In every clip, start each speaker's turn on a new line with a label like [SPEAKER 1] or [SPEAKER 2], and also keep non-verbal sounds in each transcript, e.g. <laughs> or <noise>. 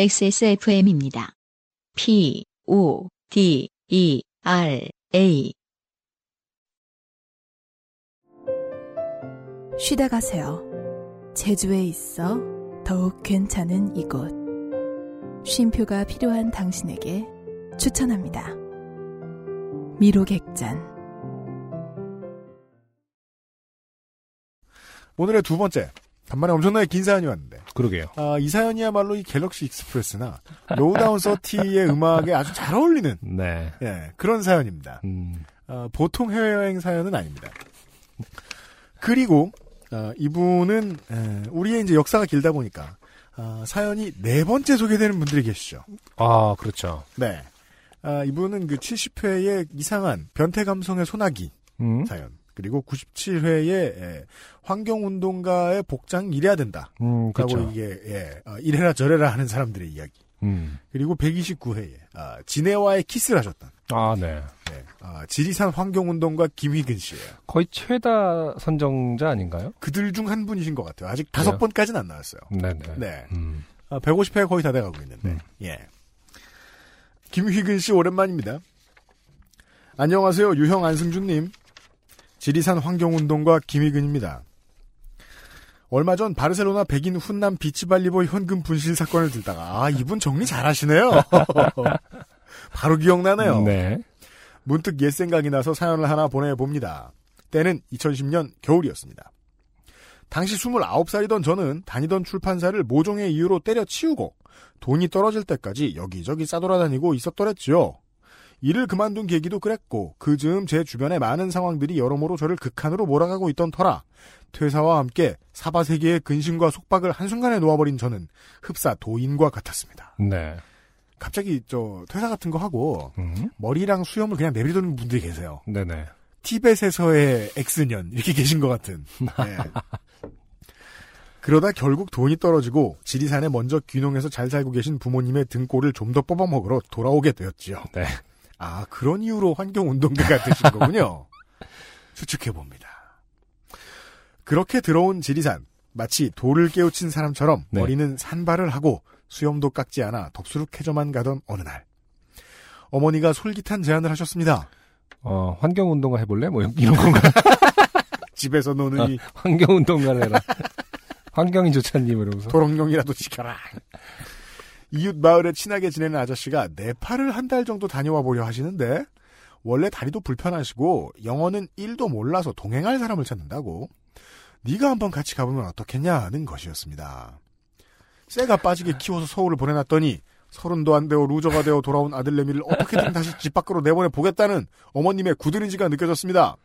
[SPEAKER 1] XSFM입니다. P, O, D, E, R, A.
[SPEAKER 2] 쉬다 가세요. 제주에 있어 더욱 괜찮은 이곳. 쉼표가 필요한 당신에게 추천합니다. 미로객잔.
[SPEAKER 3] 오늘의 두 번째. 간만에 엄청나게 긴 사연이 왔는데.
[SPEAKER 4] 그러게요.
[SPEAKER 3] 아, 이 사연이야말로 이 갤럭시 익스프레스나 로우다운 서티의 음악에 아주 잘 어울리는
[SPEAKER 4] 네.
[SPEAKER 3] 예, 그런 사연입니다.
[SPEAKER 4] 음,
[SPEAKER 3] 아, 보통 해외여행 사연은 아닙니다. 그리고 아, 이분은 에, 우리의 이제 역사가 길다 보니까 아, 사연이 네 번째 소개되는 분들이 계시죠.
[SPEAKER 4] 아, 그렇죠.
[SPEAKER 3] 네. 아, 이분은 그 70회의 이상한 변태 감성의 소나기
[SPEAKER 4] 음,
[SPEAKER 3] 사연 그리고 97회의 예, 환경운동가의 복장 이래야 된다.
[SPEAKER 4] 음
[SPEAKER 3] 라고
[SPEAKER 4] 그렇죠.
[SPEAKER 3] 이게 예, 아, 이래라 저래라 하는 사람들의 이야기.
[SPEAKER 4] 음,
[SPEAKER 3] 그리고 129회에 아, 진해와의 키스를 하셨던
[SPEAKER 4] 아, 네.
[SPEAKER 3] 네. 아, 지리산 환경운동가 김희근 씨예요.
[SPEAKER 4] 거의 최다 선정자 아닌가요?
[SPEAKER 3] 그들 중 한 분이신 것 같아요. 아직 다섯
[SPEAKER 4] 그래요?
[SPEAKER 3] 번까지는 안 나왔어요.
[SPEAKER 4] 네네.
[SPEAKER 3] 네.
[SPEAKER 4] 음,
[SPEAKER 3] 150회 거의 다 돼가고 있는데.
[SPEAKER 4] 음.
[SPEAKER 3] 예. 김휘근 씨 오랜만입니다. 안녕하세요. 유형 안승준님. 지리산 환경운동과 김휘근입니다. 얼마 전 바르셀로나 백인 훈남 비치발리볼 현금 분실 사건을 들다가 아 이분 정리 잘하시네요. <laughs> 바로 기억나네요.
[SPEAKER 4] 네.
[SPEAKER 3] 문득 옛 생각이 나서 사연을 하나 보내봅니다. 때는 2010년 겨울이었습니다. 당시 29살이던 저는 다니던 출판사를 모종의 이유로 때려치우고 돈이 떨어질 때까지 여기저기 싸돌아다니고 있었더랬지요. 일을 그만둔 계기도 그랬고 그 즈음 제 주변의 많은 상황들이 여러모로 저를 극한으로 몰아가고 있던 터라 퇴사와 함께 사바 세계의 근심과 속박을 한순간에 놓아버린 저는 흡사 도인과 같았습니다.
[SPEAKER 4] 네.
[SPEAKER 3] 갑자기 저 퇴사 같은 거 하고
[SPEAKER 4] 음,
[SPEAKER 3] 머리랑 수염을 그냥 내비두는 분들이 계세요.
[SPEAKER 4] 네네.
[SPEAKER 3] 티벳에서의 엑스년 이렇게 계신 것
[SPEAKER 4] <laughs>
[SPEAKER 3] 같은. 예. 그러다 결국 돈이 떨어지고 지리산에 먼저 귀농해서 잘 살고 계신 부모님의 등골을 좀 더 뽑아먹으러 돌아오게 되었지요.
[SPEAKER 4] 네.
[SPEAKER 3] 아 그런 이유로 환경운동가가 되신 거군요.
[SPEAKER 4] <laughs>
[SPEAKER 3] 추측해 봅니다. 그렇게 들어온 지리산 마치 돌을 깨우친 사람처럼
[SPEAKER 4] 네.
[SPEAKER 3] 머리는 산발을 하고 수염도 깎지 않아 덥수룩해져만 가던 어느 날 어머니가 솔깃한 제안을 하셨습니다.
[SPEAKER 4] 어, 환경운동가 해볼래? 뭐, 이런 건가?
[SPEAKER 3] 집에서 노느니
[SPEAKER 4] <laughs> 환경운동가를 해라. <laughs> 환경이 좋잖니, 뭐 이러면서.
[SPEAKER 3] 도롱뇽이라도 지켜라. 이웃 마을에 친하게 지내는 아저씨가 네팔을 한 달 정도 다녀와 보려 하시는데 원래 다리도 불편하시고 영어는 1도 몰라서 동행할 사람을 찾는다고 네가 한번 같이 가보면 어떻겠냐는 것이었습니다. 쇠가 빠지게 키워서 서울을 보내놨더니 서른도 안 되어 루저가 되어 돌아온 아들내미를 어떻게든 다시 집 밖으로 내보내 보겠다는 어머님의 굳은의지가 느껴졌습니다.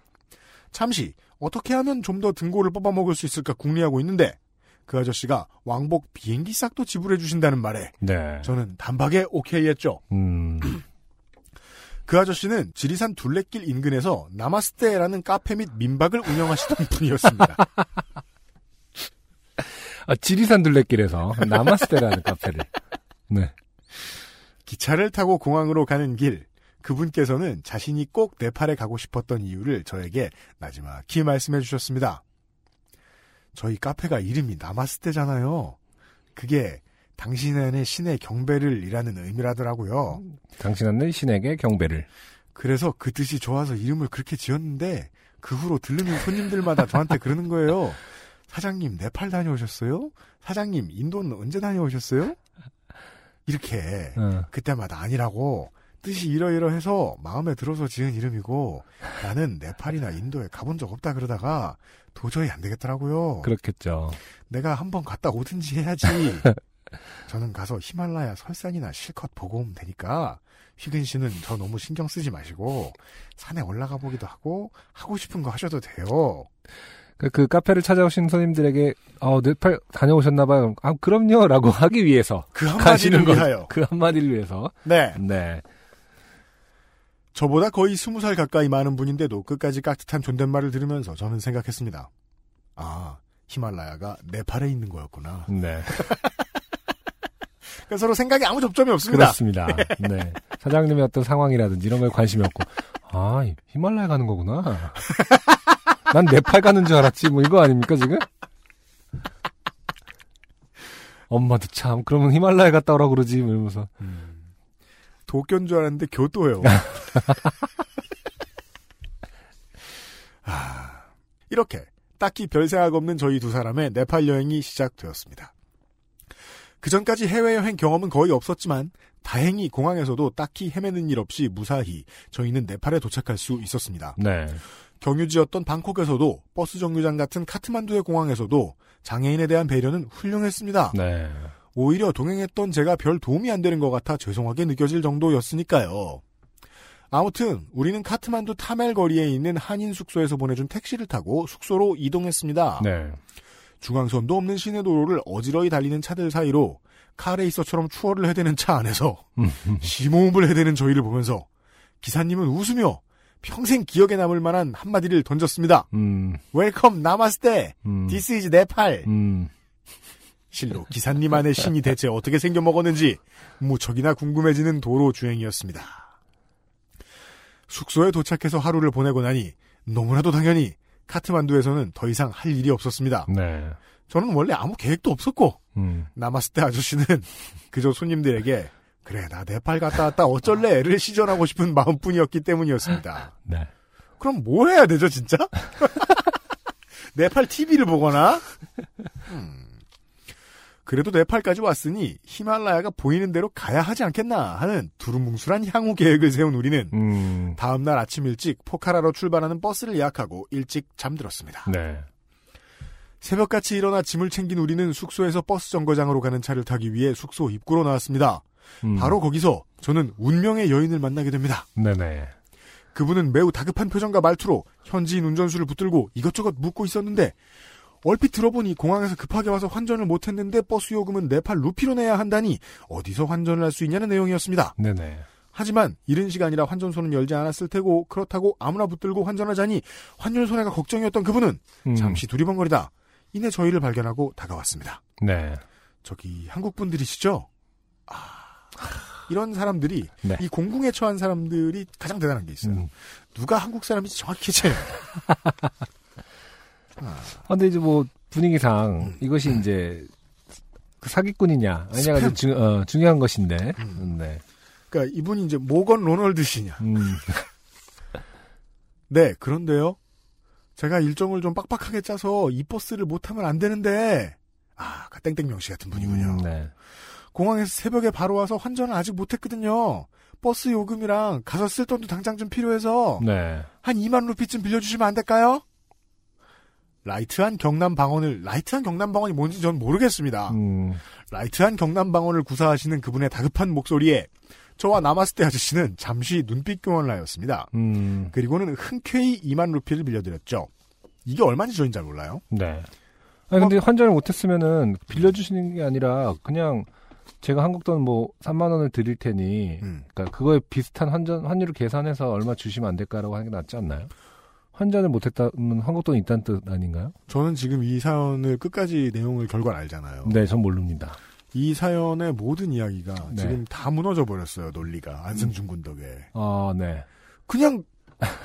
[SPEAKER 3] 잠시 어떻게 하면 좀 더 등골을 뽑아먹을 수 있을까 궁리하고 있는데 그 아저씨가 왕복 비행기 싹도 지불해 주신다는 말에
[SPEAKER 4] 네.
[SPEAKER 3] 저는 단박에 오케이 했죠.
[SPEAKER 4] 음,
[SPEAKER 3] 그 아저씨는 지리산 둘레길 인근에서 나마스테라는 카페 및 민박을 운영하시던 <laughs> 분이었습니다.
[SPEAKER 4] 아, 지리산 둘레길에서 나마스테라는 카페를. 네.
[SPEAKER 3] 기차를 타고 공항으로 가는 길 그분께서는 자신이 꼭 네팔에 가고 싶었던 이유를 저에게 나지막히 말씀해 주셨습니다. 저희 카페가 이름이 나마스테잖아요. 그게 당신 안의 신의 경배를 이라는 의미라더라고요.
[SPEAKER 4] 당신 안내 신에게 경배를.
[SPEAKER 3] 그래서 그 뜻이 좋아서 이름을 그렇게 지었는데 그 후로 들르는 손님들마다 저한테 그러는 거예요. <laughs> 사장님 네팔 다녀오셨어요? 사장님 인도는 언제 다녀오셨어요? 이렇게
[SPEAKER 4] 어.
[SPEAKER 3] 그때마다 아니라고 뜻이 이러이러해서 마음에 들어서 지은 이름이고 나는 네팔이나 인도에 가본 적 없다 그러다가 도저히 안 되겠더라고요.
[SPEAKER 4] 그렇겠죠.
[SPEAKER 3] 내가 한번 갔다 오든지 <laughs> 해야지. 저는 가서 히말라야 설산이나 실컷 보고 오면 되니까 휘근 씨는 저 너무 신경 쓰지 마시고 산에 올라가 보기도 하고 하고 싶은 거 하셔도 돼요.
[SPEAKER 4] 그, 그 카페를 찾아오신 손님들에게 어 네팔 다녀오셨나봐요. 아 그럼요라고 <laughs> 하기 위해서
[SPEAKER 3] 그
[SPEAKER 4] 가시는
[SPEAKER 3] 한마디를
[SPEAKER 4] 거.
[SPEAKER 3] 위하여.
[SPEAKER 4] 그 한마디를 위해서.
[SPEAKER 3] 네.
[SPEAKER 4] 네.
[SPEAKER 3] 저보다 거의 스무 살 가까이 많은 분인데도 끝까지 깍듯한 존댓말을 들으면서 저는 생각했습니다. 아, 히말라야가 네팔에 있는 거였구나.
[SPEAKER 4] 네.
[SPEAKER 3] 그러니까 서로 생각이 아무 접점이 없습니다.
[SPEAKER 4] 그렇습니다. 네. 사장님의 어떤 상황이라든지 이런 거에 관심이 없고 아 히말라야 가는 거구나. 난 네팔 가는 줄 알았지 뭐 이거 아닙니까 지금? 엄마도 참 그러면 히말라야 갔다 오라 그러지 뭐 이러면서
[SPEAKER 3] 도쿄인 줄 알았는데 교토예요. 아, 이렇게 딱히 별 생각 없는 저희 두 사람의 네팔 여행이 시작되었습니다. 그 전까지 해외 여행 경험은 거의 없었지만 다행히 공항에서도 딱히 헤매는 일 없이 무사히 저희는 네팔에 도착할 수 있었습니다.
[SPEAKER 4] 네.
[SPEAKER 3] 경유지였던 방콕에서도 버스 정류장 같은 카트만두의 공항에서도 장애인에 대한 배려는 훌륭했습니다.
[SPEAKER 4] 네.
[SPEAKER 3] 오히려 동행했던 제가 별 도움이 안 되는 것 같아 죄송하게 느껴질 정도였으니까요. 아무튼 우리는 카트만두 타멜 거리에 있는 한인 숙소에서 보내준 택시를 타고 숙소로 이동했습니다.
[SPEAKER 4] 네.
[SPEAKER 3] 중앙선도 없는 시내 도로를 어지러이 달리는 차들 사이로 카레이서처럼 추월을 해대는 차 안에서 <laughs>
[SPEAKER 4] 음,
[SPEAKER 3] 심호흡을 해대는 저희를 보면서 기사님은 웃으며 평생 기억에 남을 만한 한마디를 던졌습니다.
[SPEAKER 4] 음.
[SPEAKER 3] 웰컴 나마스테
[SPEAKER 4] 음.
[SPEAKER 3] 디스 이즈 네팔
[SPEAKER 4] 음.
[SPEAKER 3] 실로 기사님 안의 신이 대체 어떻게 생겨 먹었는지 무척이나 궁금해지는 도로 주행이었습니다. 숙소에 도착해서 하루를 보내고 나니 너무나도 당연히 카트만두에서는 더 이상 할 일이 없었습니다.
[SPEAKER 4] 네.
[SPEAKER 3] 저는 원래 아무 계획도 없었고
[SPEAKER 4] 음.
[SPEAKER 3] 남았을 때 아저씨는 <laughs> 그저 손님들에게 그래 나 네팔 갔다 왔다 어쩔래를 시전하고 싶은 마음뿐이었기 때문이었습니다.
[SPEAKER 4] 네.
[SPEAKER 3] 그럼 뭐 해야 되죠 진짜? <laughs> 네팔 TV를 보거나? 음. 그래도 네팔까지 왔으니 히말라야가 보이는 대로 가야 하지 않겠나 하는 두루뭉술한 향후 계획을 세운 우리는
[SPEAKER 4] 음.
[SPEAKER 3] 다음날 아침 일찍 포카라로 출발하는 버스를 예약하고 일찍 잠들었습니다.
[SPEAKER 4] 네.
[SPEAKER 3] 새벽같이 일어나 짐을 챙긴 우리는 숙소에서 버스 정거장으로 가는 차를 타기 위해 숙소 입구로 나왔습니다.
[SPEAKER 4] 음.
[SPEAKER 3] 바로 거기서 저는 운명의 여인을 만나게 됩니다.
[SPEAKER 4] 네네.
[SPEAKER 3] 그분은 매우 다급한 표정과 말투로 현지인 운전수를 붙들고 이것저것 묻고 있었는데 얼핏 들어보니 공항에서 급하게 와서 환전을 못했는데 버스 요금은 네팔 루피로 내야 한다니 어디서 환전을 할 수 있냐는 내용이었습니다.
[SPEAKER 4] 네네.
[SPEAKER 3] 하지만 이른 시간이라 환전소는 열지 않았을 테고 그렇다고 아무나 붙들고 환전하자니 환율 손해가 걱정이었던 그분은
[SPEAKER 4] 음.
[SPEAKER 3] 잠시 두리번거리다 이내 저희를 발견하고 다가왔습니다.
[SPEAKER 4] 네.
[SPEAKER 3] 저기 한국 분들이시죠? 아, 이런 사람들이
[SPEAKER 4] 네.
[SPEAKER 3] 이 공궁에 처한 사람들이 가장 대단한 게 있어요.
[SPEAKER 4] 음.
[SPEAKER 3] 누가 한국 사람인지 정확히 체요.
[SPEAKER 4] 아, 근데 이제 뭐 분위기상 이것이 이제 그 사기꾼이냐 아니냐가
[SPEAKER 3] 음. 스팸. 음.
[SPEAKER 4] 이제 중, 어, 중요한 것인데. 네.
[SPEAKER 3] 그러니까 이분이 이제 모건 로널드 씨냐?
[SPEAKER 4] 음.
[SPEAKER 3] 네, 그런데요. 제가 일정을 좀 빡빡하게 짜서 이 버스를 못 타면 안 되는데. 아, 그 땡땡명 씨 같은 분이군요.
[SPEAKER 4] 음, 네.
[SPEAKER 3] 공항에서 새벽에 바로 와서 환전을 아직 못 했거든요. 버스 요금이랑 가서 쓸 돈도 당장 좀 필요해서
[SPEAKER 4] 네.
[SPEAKER 3] 한 2만 루피쯤 빌려주시면 안 될까요? 라이트한 경남 방언을 라이트한 경남 방언이 뭔지 전 모르겠습니다.
[SPEAKER 4] 음.
[SPEAKER 3] 라이트한 경남 방언을 구사하시는 그분의 다급한 목소리에 저와 남았을때 아저씨는 잠시 눈빛 교환을 하였습니다.
[SPEAKER 4] 음.
[SPEAKER 3] 그리고는 흔쾌히 2만 루피를 빌려드렸죠. 이게 얼마인지 저는 잘 몰라요.
[SPEAKER 4] 네. 아니
[SPEAKER 3] 어.
[SPEAKER 4] 근데 환전을 못했으면은 빌려주시는 게 아니라 그냥 제가 한국 돈 뭐 3만 원을 드릴 테니
[SPEAKER 3] 음.
[SPEAKER 4] 그러니까 그거에 비슷한 환전 환율을 계산해서 얼마 주시면 안 될까라고 하는 게 낫지 않나요? 환전을 못했다면 한국 돈이 있다는 뜻 아닌가요?
[SPEAKER 3] 저는 지금 이 사연을 끝까지 내용을 결과를 알잖아요.
[SPEAKER 4] 네, 전 모릅니다.
[SPEAKER 3] 이 사연의 모든 이야기가
[SPEAKER 4] 네.
[SPEAKER 3] 지금 다 무너져 버렸어요. 논리가 안승준 군 덕에
[SPEAKER 4] 아, 네.
[SPEAKER 3] 그냥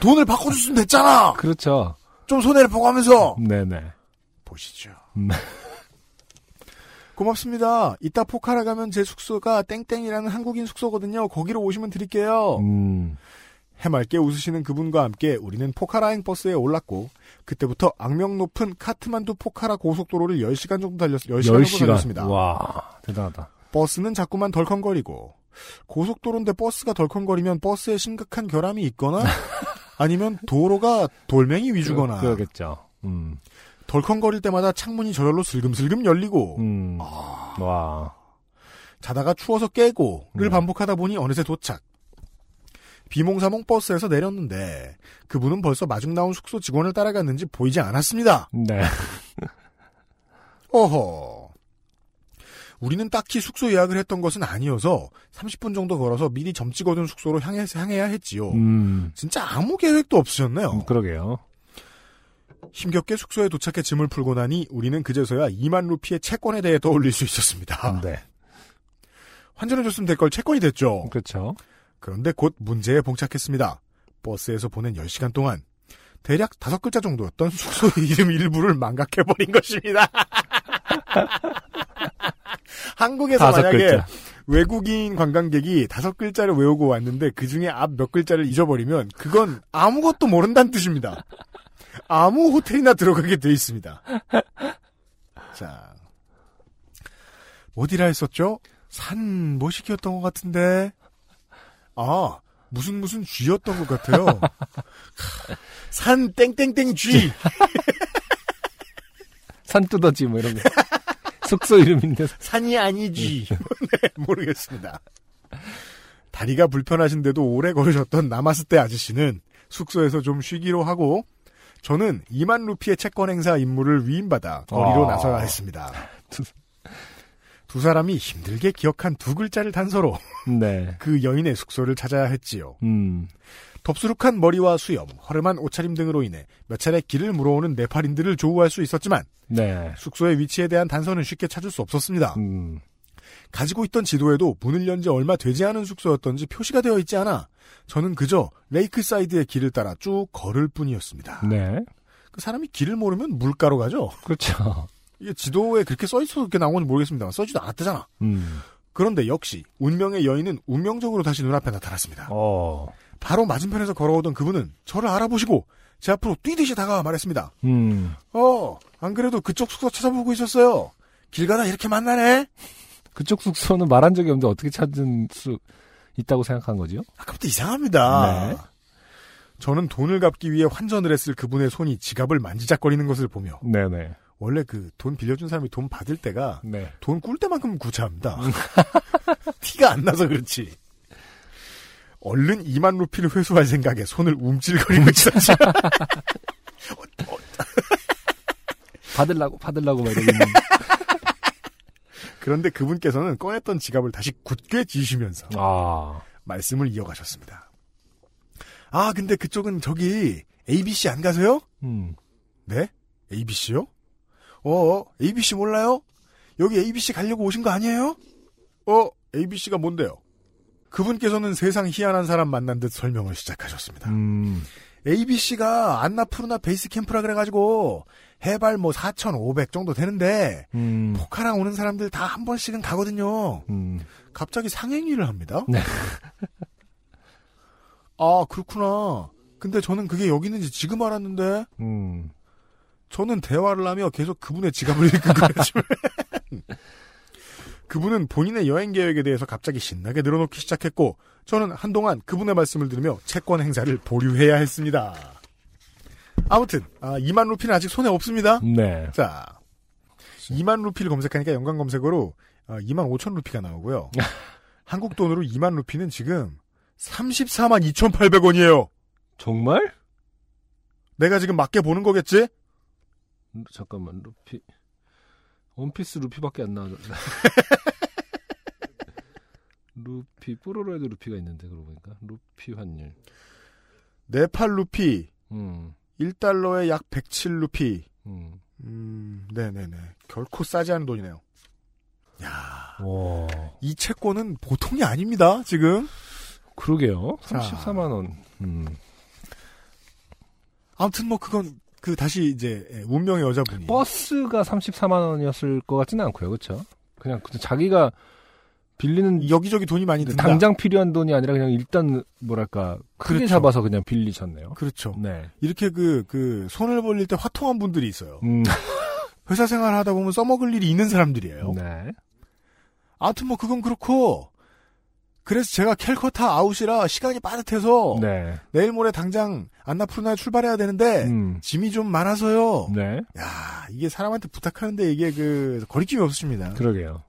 [SPEAKER 3] 돈을 바꿔줬으면 됐잖아.
[SPEAKER 4] 그렇죠.
[SPEAKER 3] 좀 손해를 보고 하면서
[SPEAKER 4] 네, 네.
[SPEAKER 3] 보시죠.
[SPEAKER 4] 음.
[SPEAKER 3] 고맙습니다. 이따 포카라 가면 제 숙소가 땡땡이라는 한국인 숙소거든요. 거기로 오시면 드릴게요.
[SPEAKER 4] 음.
[SPEAKER 3] 해맑게 웃으시는 그분과 함께 우리는 포카라행 버스에 올랐고 그때부터 악명 높은 카트만두 포카라 고속도로를 10시간 정도 달렸 10시간 정도
[SPEAKER 4] 10시간.
[SPEAKER 3] 달렸습니다.
[SPEAKER 4] 와, 대단하다.
[SPEAKER 3] 버스는 자꾸만 덜컹거리고 고속도로인데 버스가 덜컹거리면 버스에 심각한 결함이
[SPEAKER 4] <laughs>
[SPEAKER 3] 있거나 아니면 도로가 돌멩이 위주거나
[SPEAKER 4] 그러, 겠죠 음.
[SPEAKER 3] 덜컹거릴 때마다 창문이 저절로 슬금슬금 열리고
[SPEAKER 4] 음.
[SPEAKER 3] 아.
[SPEAKER 4] 와.
[SPEAKER 3] 자다가 추워서 깨고를
[SPEAKER 4] 네.
[SPEAKER 3] 반복하다 보니 어느새 도착. 비몽사몽 버스에서 내렸는데 그분은 벌써 마중 나온 숙소 직원을 따라갔는지 보이지 않았습니다.
[SPEAKER 4] 네.
[SPEAKER 3] 어허. 우리는 딱히 숙소 예약을 했던 것은 아니어서 30분 정도 걸어서 미리 점 찍어둔 숙소로 향해, 향해야 했지요.
[SPEAKER 4] 음.
[SPEAKER 3] 진짜 아무 계획도 없으셨네요.
[SPEAKER 4] 음, 그러게요.
[SPEAKER 3] 힘겹게 숙소에 도착해 짐을 풀고 나니 우리는 그제서야 2만 루피의 채권에 대해 떠올릴 수 있었습니다.
[SPEAKER 4] 네.
[SPEAKER 3] 환전해줬으면 될 걸 채권이 됐죠.
[SPEAKER 4] 그렇죠.
[SPEAKER 3] 그런데 곧 문제에 봉착했습니다. 버스에서 보낸 10시간 동안 대략 다섯 글자 정도였던 <laughs> 숙소 이름 일부를 망각해버린 것입니다. <laughs> 한국에서
[SPEAKER 4] 다섯
[SPEAKER 3] 만약에
[SPEAKER 4] 글자.
[SPEAKER 3] 외국인 관광객이 다섯 글자를 외우고 왔는데 그 중에 앞 몇 글자를 잊어버리면 그건 아무것도 모른다는 뜻입니다. 아무 호텔이나 들어가게 돼 있습니다. 자. 어디라 했었죠? 산 뭐시기였던 것 같은데. 아, 무슨 무슨 쥐였던 것 같아요. <laughs> 산 땡땡땡 쥐.
[SPEAKER 4] 산뚜더지 뭐 이런 거. <laughs> 숙소 이름인데
[SPEAKER 3] 산이 아니지. <laughs> 네, 모르겠습니다. 다리가 불편하신데도 오래 걸으셨던 남았을때 아저씨는 숙소에서 좀 쉬기로 하고 저는 2만 루피의 채권 행사 임무를 위임받아 거리로
[SPEAKER 4] 아.
[SPEAKER 3] 나서야 했습니다.
[SPEAKER 4] 두-
[SPEAKER 3] 두 사람이 힘들게 기억한 두 글자를 단서로
[SPEAKER 4] 네.
[SPEAKER 3] 그 여인의 숙소를 찾아야 했지요.
[SPEAKER 4] 음.
[SPEAKER 3] 덥수룩한 머리와 수염, 허름한 옷차림 등으로 인해 몇 차례 길을 물어오는 네팔인들을 조우할 수 있었지만
[SPEAKER 4] 네.
[SPEAKER 3] 숙소의 위치에 대한 단서는 쉽게 찾을 수 없었습니다.
[SPEAKER 4] 음.
[SPEAKER 3] 가지고 있던 지도에도 문을 연 지 얼마 되지 않은 숙소였던지 표시가 되어 있지 않아 저는 그저 레이크사이드의 길을 따라 쭉 걸을 뿐이었습니다.
[SPEAKER 4] 네.
[SPEAKER 3] 그 사람이 길을 모르면 물가로 가죠.
[SPEAKER 4] 그렇죠.
[SPEAKER 3] 이게 지도에 그렇게 써 있어서 그렇게 나온 건지 모르겠습니다만 써지도 않았대잖아.
[SPEAKER 4] 음.
[SPEAKER 3] 그런데 역시 운명의 여인은 운명적으로 다시 눈앞에 나타났습니다.
[SPEAKER 4] 어.
[SPEAKER 3] 바로 맞은편에서 걸어오던 그분은 저를 알아보시고 제 앞으로 뛰듯이 다가와 말했습니다.
[SPEAKER 4] 음.
[SPEAKER 3] 어, 안 그래도 그쪽 숙소 찾아보고 있었어요. 길 가다 이렇게 만나네?
[SPEAKER 4] 그쪽 숙소는 말한 적이 없는데 어떻게 찾은 수 있다고 생각한 거죠?
[SPEAKER 3] 아까부터 이상합니다.
[SPEAKER 4] 네.
[SPEAKER 3] 저는 돈을 갚기 위해 환전을 했을 그분의 손이 지갑을 만지작거리는 것을 보며
[SPEAKER 4] 네네.
[SPEAKER 3] 원래 그 돈 빌려준 사람이 돈 받을 때가
[SPEAKER 4] 네.
[SPEAKER 3] 돈 꿀 때만큼 구차합니다. <laughs> 티가 안 나서 그렇지. 얼른 2만 루피를 회수할 생각에 손을 움찔거리고 <laughs> 있었죠.
[SPEAKER 4] 받을라고 받을라고 막 이러고 있는.
[SPEAKER 3] 그런데 그분께서는 꺼냈던 지갑을 다시 굳게 쥐시면서
[SPEAKER 4] <laughs> 아.
[SPEAKER 3] 말씀을 이어가셨습니다. 아, 근데 그쪽은 저기 ABC 안 가세요?
[SPEAKER 4] 음.
[SPEAKER 3] 네? ABC요? 어, ABC 몰라요? 여기 ABC 가려고 오신 거 아니에요? 어, ABC가 뭔데요? 그분께서는 세상 희한한 사람 만난 듯 설명을 시작하셨습니다.
[SPEAKER 4] 음.
[SPEAKER 3] ABC가 안나푸르나 베이스 캠프라 그래가지고 해발 뭐 4,500 정도 되는데
[SPEAKER 4] 음.
[SPEAKER 3] 포카랑 오는 사람들 다 한 번씩은 가거든요.
[SPEAKER 4] 음.
[SPEAKER 3] 갑자기 상행위를 합니다.
[SPEAKER 4] 네.
[SPEAKER 3] <laughs> 아 그렇구나. 근데 저는 그게 여기 있는지 지금 알았는데
[SPEAKER 4] 음.
[SPEAKER 3] 저는 대화를 하며 계속 그분의 지갑을 <laughs> 읽은 거였지만 그분은 본인의 여행 계획에 대해서 갑자기 신나게 늘어놓기 시작했고 저는 한동안 그분의 말씀을 들으며 채권 행사를 보류해야 했습니다. 아무튼 아, 2만 루피는 아직 손에 없습니다.
[SPEAKER 4] 네.
[SPEAKER 3] 자 2만 루피를 검색하니까 연관 검색어로 아, 2만 5천 루피가
[SPEAKER 4] <laughs>
[SPEAKER 3] 나오고요. 한국 돈으로 2만 루피는 지금 34만 2,800원이에요.
[SPEAKER 4] 정말?
[SPEAKER 3] 내가 지금 맞게 보는 거겠지?
[SPEAKER 4] 루- 잠깐만 루피. 원피스 루피밖에 안 나와. <laughs> 루피 뽀로로에도 루피가 있는데 그러고 보니까 루피 환율.
[SPEAKER 3] 네팔 루피
[SPEAKER 4] 음.
[SPEAKER 3] 1달러에 약 107루피.
[SPEAKER 4] 음.
[SPEAKER 3] 음, 네네네. 결코 싸지 않은 돈이네요.
[SPEAKER 4] 와.
[SPEAKER 3] 이 채권은 보통이 아닙니다, 지금.
[SPEAKER 4] 그러게요.
[SPEAKER 3] 자.
[SPEAKER 4] 34만 원. 음.
[SPEAKER 3] 아무튼 뭐 그건, 그 다시 이제, 예, 운명의 여자분이.
[SPEAKER 4] 버스가 34만 원이었을 것 같지는 않고요, 그렇죠? 그냥 그 자기가 빌리는
[SPEAKER 3] 여기저기 돈이 많이 든다.
[SPEAKER 4] 당장 필요한 돈이 아니라 그냥 일단 뭐랄까 크게
[SPEAKER 3] 그렇죠.
[SPEAKER 4] 잡아서 그냥 빌리셨네요.
[SPEAKER 3] 그렇죠.
[SPEAKER 4] 네.
[SPEAKER 3] 이렇게 그, 그, 손을 벌릴 때 화통한 분들이 있어요.
[SPEAKER 4] 음,
[SPEAKER 3] 회사 생활 하다 보면 써먹을 일이 있는 사람들이에요.
[SPEAKER 4] 네.
[SPEAKER 3] 아무튼 뭐 그건 그렇고, 그래서 제가 캘커타 아웃이라 시간이 빠듯해서,
[SPEAKER 4] 네.
[SPEAKER 3] 내일 모레 당장 안나푸르나에 출발해야 되는데,
[SPEAKER 4] 음.
[SPEAKER 3] 짐이 좀 많아서요.
[SPEAKER 4] 네.
[SPEAKER 3] 야 이게 사람한테 부탁하는데 이게 그 거리낌이 없으십니다.
[SPEAKER 4] 그러게요.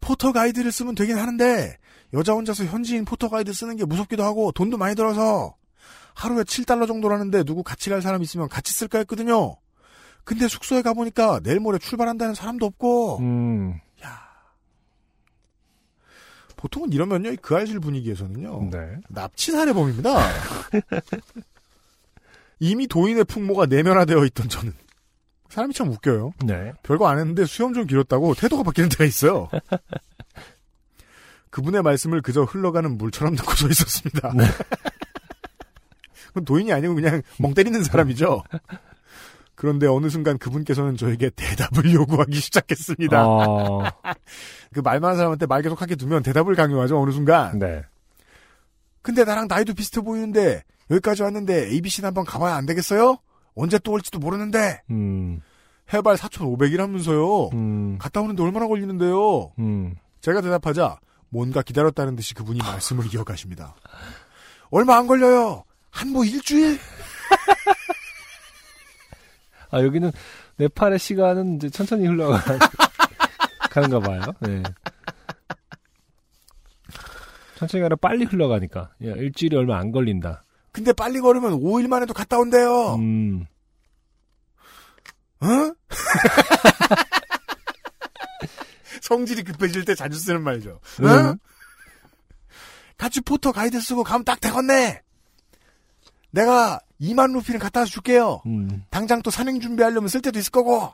[SPEAKER 3] 포터 가이드를 쓰면 되긴 하는데 여자 혼자서 현지인 포터 가이드 쓰는 게 무섭기도 하고 돈도 많이 들어서 하루에 7달러 정도라는데 누구 같이 갈 사람 있으면 같이 쓸까 했거든요. 근데 숙소에 가보니까 내일 모레 출발한다는 사람도 없고
[SPEAKER 4] 음.
[SPEAKER 3] 보통은 이러면요 그 알실 분위기에서는요
[SPEAKER 4] 네.
[SPEAKER 3] 납치 살해범입니다. <laughs> 이미 도인의 풍모가 내면화되어 있던 저는 사람이 참 웃겨요.
[SPEAKER 4] 네.
[SPEAKER 3] 별거 안 했는데 수염 좀 길었다고 태도가 바뀌는 때가
[SPEAKER 4] <laughs>
[SPEAKER 3] 있어요. 그분의 말씀을 그저 흘러가는 물처럼 듣고 서 있었습니다.
[SPEAKER 4] 네.
[SPEAKER 3] <laughs> 그건 도인이 아니고 그냥 멍 때리는 사람이죠. 그런데 어느 순간 그분께서는 저에게 대답을 <laughs> 요구하기 시작했습니다.
[SPEAKER 4] 어,
[SPEAKER 3] 그 말만한 사람한테 말 계속 하게 두면 대답을 강요하죠, 어느 순간.
[SPEAKER 4] 네.
[SPEAKER 3] 근데 나랑 나이도 비슷해 보이는데, 여기까지 왔는데, ABC는 한번 가봐야 안 되겠어요? 언제 또 올지도 모르는데,
[SPEAKER 4] 음,
[SPEAKER 3] 해발 4,500이라면서요.
[SPEAKER 4] 음,
[SPEAKER 3] 갔다 오는데 얼마나 걸리는데요?
[SPEAKER 4] 음.
[SPEAKER 3] 제가 대답하자, 뭔가 기다렸다는 듯이 그분이 말씀을 <laughs> 이어가십니다. 얼마 안 걸려요! 한 뭐 일주일?
[SPEAKER 4] 아, 여기는 네팔의 시간은 이제 천천히 흘러가는가 <laughs> 봐요. 네. 천천히 가라 빨리 흘러가니까. 야, 일주일이 얼마 안 걸린다.
[SPEAKER 3] 근데 빨리 걸으면 5일 만에도 갔다 온대요.
[SPEAKER 4] 음,
[SPEAKER 3] 어? 성질이 급해질 때 자주 쓰는 말이죠. 어?
[SPEAKER 4] 음.
[SPEAKER 3] 같이 포터 가이드 쓰고 가면 딱 되겠네. 내가 2만 루피는 갖다 와서 줄게요.
[SPEAKER 4] 음.
[SPEAKER 3] 당장 또 산행 준비하려면 쓸 때도 있을 거고.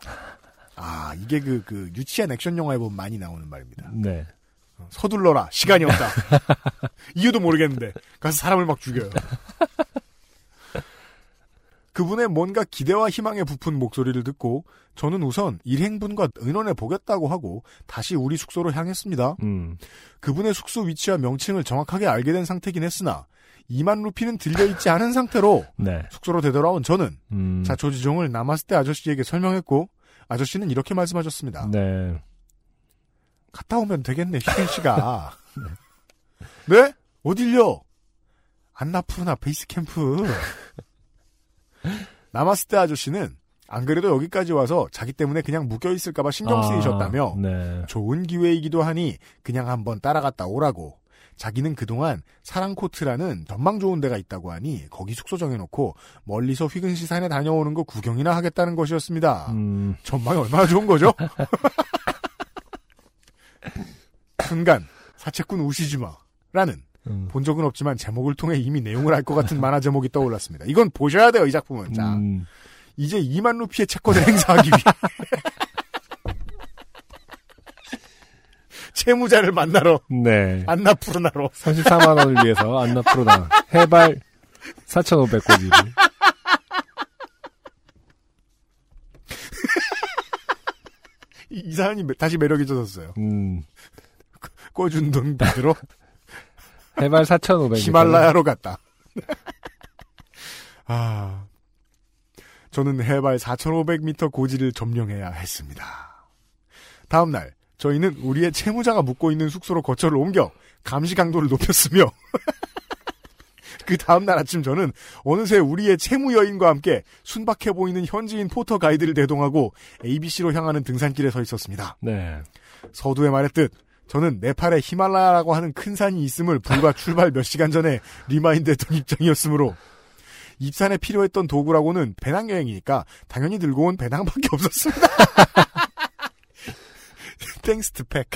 [SPEAKER 3] 아 이게 그 그 유치한 액션 영화에 보면 많이 나오는 말입니다.
[SPEAKER 4] 네.
[SPEAKER 3] 서둘러라 시간이 없다. <laughs> 이유도 모르겠는데 가서 사람을 막 죽여요. 그분의 뭔가 기대와 희망에 부푼 목소리를 듣고 저는 우선 일행분과 의논해 보겠다고 하고 다시 우리 숙소로 향했습니다.
[SPEAKER 4] 음.
[SPEAKER 3] 그분의 숙소 위치와 명칭을 정확하게 알게 된 상태긴 했으나 2만 루피는 들려있지 않은 상태로
[SPEAKER 4] 네.
[SPEAKER 3] 숙소로 되돌아온 저는
[SPEAKER 4] 음.
[SPEAKER 3] 자초지종을 남았을 때 아저씨에게 설명했고 아저씨는 이렇게 말씀하셨습니다.
[SPEAKER 4] 네.
[SPEAKER 3] 갔다 오면 되겠네, 희경 씨가. 네? 어딜요? 안나푸르나 베이스캠프. 남았을 때 아저씨는 안 그래도 여기까지 와서 자기 때문에 그냥 묶여있을까봐 신경 쓰이셨다며
[SPEAKER 4] 아, 네.
[SPEAKER 3] 좋은 기회이기도 하니 그냥 한번 따라갔다 오라고. 자기는 그동안 사랑코트라는 전망 좋은 데가 있다고 하니 거기 숙소 정해놓고 멀리서 휘근시 산에 다녀오는 거 구경이나 하겠다는 것이었습니다.
[SPEAKER 4] 음.
[SPEAKER 3] 전망이 얼마나 좋은 거죠? <laughs> 순간 사채꾼 우시지마라는
[SPEAKER 4] 음.
[SPEAKER 3] 본 적은 없지만 제목을 통해 이미 내용을 알 것 같은 만화 제목이 떠올랐습니다. 이건 보셔야 돼요 이 작품은. 자
[SPEAKER 4] 음.
[SPEAKER 3] 이제 2만 루피의 채권을 행사하기 위해 <laughs> 채무자를 만나러
[SPEAKER 4] 네.
[SPEAKER 3] 안나푸르나로
[SPEAKER 4] 34만 원을 위해서 안나프로다 해발 4,500고지를.
[SPEAKER 3] 이- 이 사람이 매- 다시 매력이 젖었어요.
[SPEAKER 4] 음.
[SPEAKER 3] 꿔준 돈 받으러
[SPEAKER 4] 해발 4,500.
[SPEAKER 3] 히말라야로 갔다. <laughs> 아, 저는 해발 4,500m 고지를 점령해야 했습니다. 다음 날 저희는 우리의 채무자가 묵고 있는 숙소로 거처를 옮겨 감시 강도를 높였으며 <laughs> 그 다음 날 아침 저는 어느새 우리의 채무 여인과 함께 순박해 보이는 현지인 포터 가이드를 대동하고 ABC로 향하는 등산길에 서 있었습니다.
[SPEAKER 4] 네.
[SPEAKER 3] 서두에 말했듯 저는 네팔에 히말라야라고 하는 큰 산이 있음을 불과 출발 몇 시간 전에 리마인드했던 입장이었으므로 입산에 필요했던 도구라고는 배낭여행이니까 당연히 들고 온 배낭밖에 없었습니다. <laughs> 땡스 투 <laughs> 팩.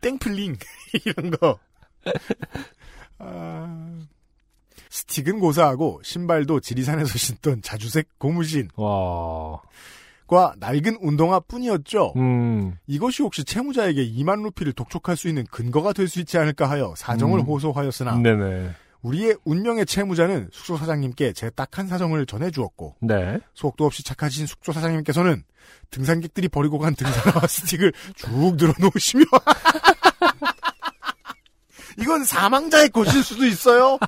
[SPEAKER 3] 땡플링 이런 거. 아, 스틱은 고사하고 신발도 지리산에서 신던 자주색 고무신
[SPEAKER 4] 와.
[SPEAKER 3] 과 낡은 운동화 뿐이었죠.
[SPEAKER 4] 음.
[SPEAKER 3] 이것이 혹시 채무자에게 2만 루피를 독촉할 수 있는 근거가 될 수 있지 않을까 하여 사정을
[SPEAKER 4] 음.
[SPEAKER 3] 호소하였으나
[SPEAKER 4] 네네.
[SPEAKER 3] 우리의 운명의 채무자는 숙소 사장님께 제 딱한 사정을 전해주었고
[SPEAKER 4] 네.
[SPEAKER 3] 속도 없이 착하신 숙소 사장님께서는 등산객들이 버리고 간 등산화 <laughs> 스틱을 쭉 늘어놓으시며 <laughs> 이건 사망자의 것일 수도 있어요.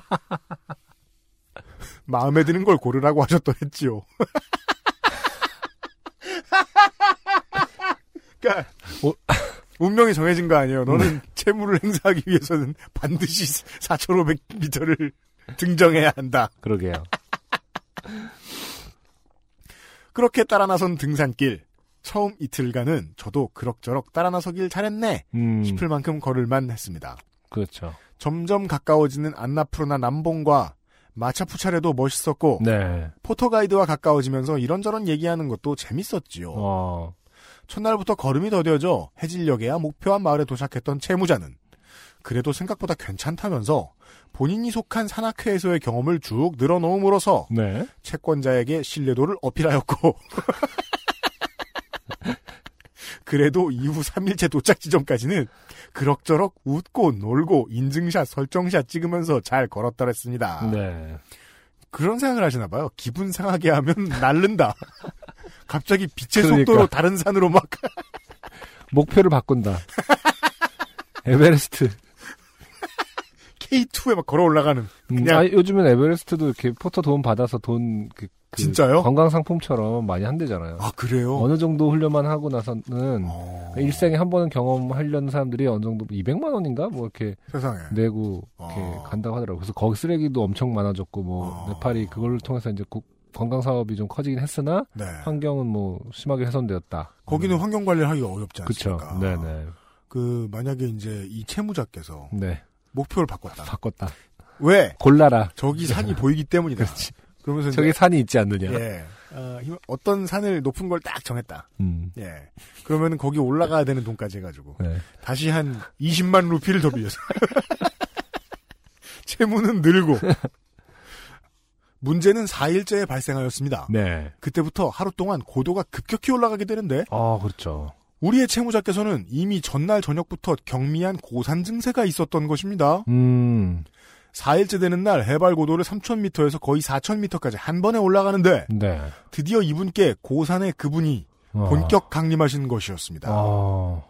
[SPEAKER 3] <laughs> 마음에 드는 걸 고르라고 하셨더 했지요. <laughs> 그러니까
[SPEAKER 4] 어?
[SPEAKER 3] 운명이 정해진 거 아니에요. 너는 채무를 행사하기 위해서는 반드시 4,500m를 등정해야 한다. <laughs>
[SPEAKER 4] 그러게요.
[SPEAKER 3] 그렇게 따라 나선 등산길. 처음 이틀간은 저도 그럭저럭 따라 나서길 잘했네
[SPEAKER 4] 음.
[SPEAKER 3] 싶을 만큼 걸을만 했습니다.
[SPEAKER 4] 그렇죠.
[SPEAKER 3] 점점 가까워지는 안나푸르나 남봉과 마차푸차레도 멋있었고
[SPEAKER 4] 네.
[SPEAKER 3] 포터가이드와 가까워지면서 이런저런 얘기하는 것도 재밌었지요.
[SPEAKER 4] 어.
[SPEAKER 3] 첫날부터 걸음이 더뎌져 해질녘에야 목표한 마을에 도착했던 채무자는 그래도 생각보다 괜찮다면서 본인이 속한 산악회에서의 경험을 쭉 늘어놓음으로써
[SPEAKER 4] 네.
[SPEAKER 3] 채권자에게 신뢰도를 어필하였고 <laughs> 그래도 이후 3일째 도착 지점까지는 그럭저럭 아. 웃고 놀고 인증샷 설정샷 찍으면서 잘 걸었더랬습니다.
[SPEAKER 4] 네.
[SPEAKER 3] 그런 생각을 하시나 봐요. 기분 상하게 하면 <laughs> 날른다. 갑자기 빛의
[SPEAKER 4] 그러니까.
[SPEAKER 3] 속도로 다른 산으로 막
[SPEAKER 4] 목표를
[SPEAKER 3] <laughs>
[SPEAKER 4] 바꾼다. 에베레스트. 음,
[SPEAKER 3] K2에 막 걸어 올라가는.
[SPEAKER 4] 음,
[SPEAKER 3] 그냥-
[SPEAKER 4] 아니, 요즘엔 에베레스트도 이렇게 포터 돈 받아서 돈 그, 그
[SPEAKER 3] 진짜요?
[SPEAKER 4] 건강 상품처럼 많이 한대잖아요.
[SPEAKER 3] 아 그래요?
[SPEAKER 4] 어느 정도 훈련만 하고 나서는
[SPEAKER 3] 어,
[SPEAKER 4] 일생에 한 번은 경험하려는 사람들이 어느 정도 200만 원인가 뭐 이렇게
[SPEAKER 3] 세상에.
[SPEAKER 4] 내고 이렇게
[SPEAKER 3] 어.
[SPEAKER 4] 간다고 하더라고요. 그래서 거기 쓰레기도 엄청 많아졌고 뭐
[SPEAKER 3] 어.
[SPEAKER 4] 네팔이 그걸 통해서 이제 국- 건강 사업이 좀 커지긴 했으나
[SPEAKER 3] 네.
[SPEAKER 4] 환경은 뭐 심하게 훼손되었다. 음.
[SPEAKER 3] 거기는 환경 관리를 하기가 어렵지
[SPEAKER 4] 그렇죠.
[SPEAKER 3] 않습니까?
[SPEAKER 4] 네네.
[SPEAKER 3] 그 만약에 이제 이 채무자께서
[SPEAKER 4] 네
[SPEAKER 3] 목표를 바꿨다.
[SPEAKER 4] 바꿨다.
[SPEAKER 3] 왜?
[SPEAKER 4] 골라라.
[SPEAKER 3] 아. 저기
[SPEAKER 4] <laughs>
[SPEAKER 3] 산이 보이기 때문이다. 그러면서
[SPEAKER 4] 저기
[SPEAKER 3] 이제
[SPEAKER 4] 산이 있지 않느냐.
[SPEAKER 3] 예. 어, 힘- 어떤 산을 높은 걸 딱 정했다.
[SPEAKER 4] 음.
[SPEAKER 3] 예. 그러면 거기 올라가야 되는 돈까지 해가지고
[SPEAKER 4] 네.
[SPEAKER 3] 다시 한 20만 루피를 더 빌려서 <laughs> 채무는 늘고 문제는 4일째에 발생하였습니다.
[SPEAKER 4] 네.
[SPEAKER 3] 그때부터 하루 동안 고도가 급격히 올라가게 되는데
[SPEAKER 4] 아 그렇죠.
[SPEAKER 3] 우리의 채무자께서는 이미 전날 저녁부터 경미한 고산 증세가 있었던 것입니다.
[SPEAKER 4] 음.
[SPEAKER 3] 4일째 되는 날 해발 고도를 3,000m에서 거의 4,000m까지 한 번에 올라가는데
[SPEAKER 4] 네.
[SPEAKER 3] 드디어 이분께 고산의 그분이
[SPEAKER 4] 어.
[SPEAKER 3] 본격 강림하신 것이었습니다.
[SPEAKER 4] 어.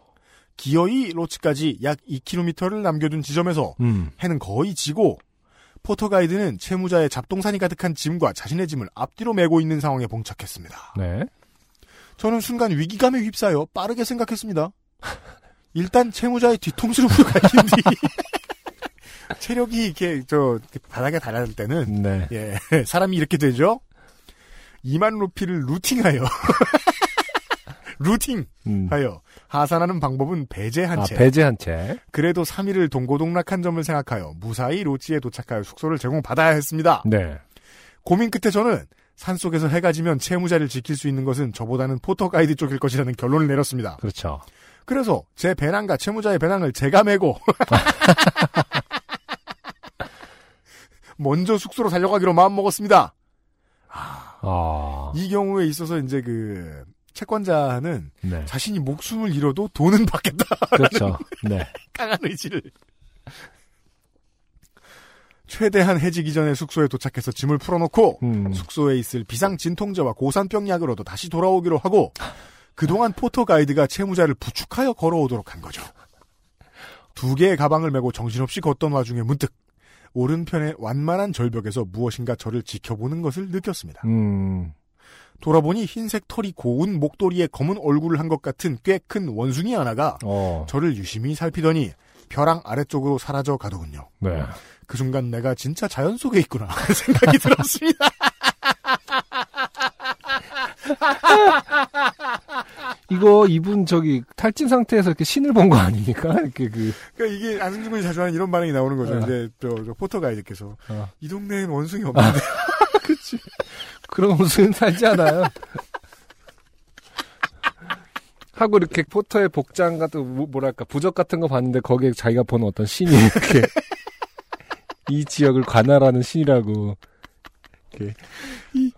[SPEAKER 3] 기어이 로츠까지 약 2km를 남겨둔 지점에서
[SPEAKER 4] 음.
[SPEAKER 3] 해는 거의 지고 포터 가이드는 채무자의 잡동산이 가득한 짐과 자신의 짐을 앞뒤로 메고 있는 상황에 봉착했습니다.
[SPEAKER 4] 네.
[SPEAKER 3] 저는 순간 위기감에 휩싸여 빠르게 생각했습니다. <laughs> 일단 채무자의 뒤통수를 부러가긴 뒤 <laughs> 체력이 이렇게 저 바닥에 달아날 때는
[SPEAKER 4] 네.
[SPEAKER 3] 예 <laughs> 사람이 이렇게 되죠. 2만 루피를 루팅하여 <laughs> 루팅하여
[SPEAKER 4] 음.
[SPEAKER 3] 하산하는 방법은 아, 배제한
[SPEAKER 4] 아,
[SPEAKER 3] 채
[SPEAKER 4] 배제한 채.
[SPEAKER 3] 그래도 3일을 동고동락한 점을 생각하여 무사히 로지에 도착하여 숙소를 제공받아야 했습니다.
[SPEAKER 4] 네.
[SPEAKER 3] 고민 끝에 저는 산속에서 해가 지면 채무자를 지킬 수 있는 것은 저보다는 포터 가이드 쪽일 것이라는 결론을 내렸습니다.
[SPEAKER 4] 그렇죠.
[SPEAKER 3] 그래서 제 배낭과 채무자의 배낭을 제가 메고 <laughs> 먼저 숙소로 달려가기로 마음먹었습니다.
[SPEAKER 4] 아.
[SPEAKER 3] 이 경우에 있어서 이제 그 채권자는
[SPEAKER 4] 네.
[SPEAKER 3] 자신이 목숨을 잃어도 돈은 <laughs> 받겠다.
[SPEAKER 4] 그렇죠. 네.
[SPEAKER 3] 강한 의지를. 최대한 해지기 전에 숙소에 도착해서 짐을 풀어놓고 <laughs>
[SPEAKER 4] 음.
[SPEAKER 3] 숙소에 있을 비상 진통제와 고산병 약으로도 다시 돌아오기로 하고 그동안 포터 가이드가 채무자를 부축하여 걸어오도록 한 거죠. 두 개의 가방을 메고 정신없이 걷던 와중에 문득 오른편의 완만한 절벽에서 무엇인가 저를 지켜보는 것을 느꼈습니다.
[SPEAKER 4] 음.
[SPEAKER 3] 돌아보니 흰색 털이 고운 목도리에 검은 얼굴을 한 것 같은 꽤 큰 원숭이 하나가
[SPEAKER 4] 어.
[SPEAKER 3] 저를 유심히 살피더니 벼랑 아래쪽으로 사라져 가더군요.
[SPEAKER 4] 네.
[SPEAKER 3] 그 순간 내가 진짜 자연 속에 있구나 <laughs> 생각이 들었습니다.
[SPEAKER 4] 이거 이분 저기 탈진 상태에서 이렇게 신을 본 거 아닙니까? 이렇게 그
[SPEAKER 3] 그러니까 이게 안승준 군이 자주 하는 이런 반응이 나오는 거죠.
[SPEAKER 4] 어.
[SPEAKER 3] 이제 저, 저 포터 가이드께서
[SPEAKER 4] 어.
[SPEAKER 3] 이 동네엔 원숭이 없는데
[SPEAKER 4] 그런 옷은 살지 않아요. <laughs> 하고 이렇게 포터의 복장 같은 뭐- 뭐랄까 부적 같은 거 봤는데 거기에 자기가 보는 어떤 신이 이렇게 <laughs> 이 지역을 관할하는 신이라고 이렇게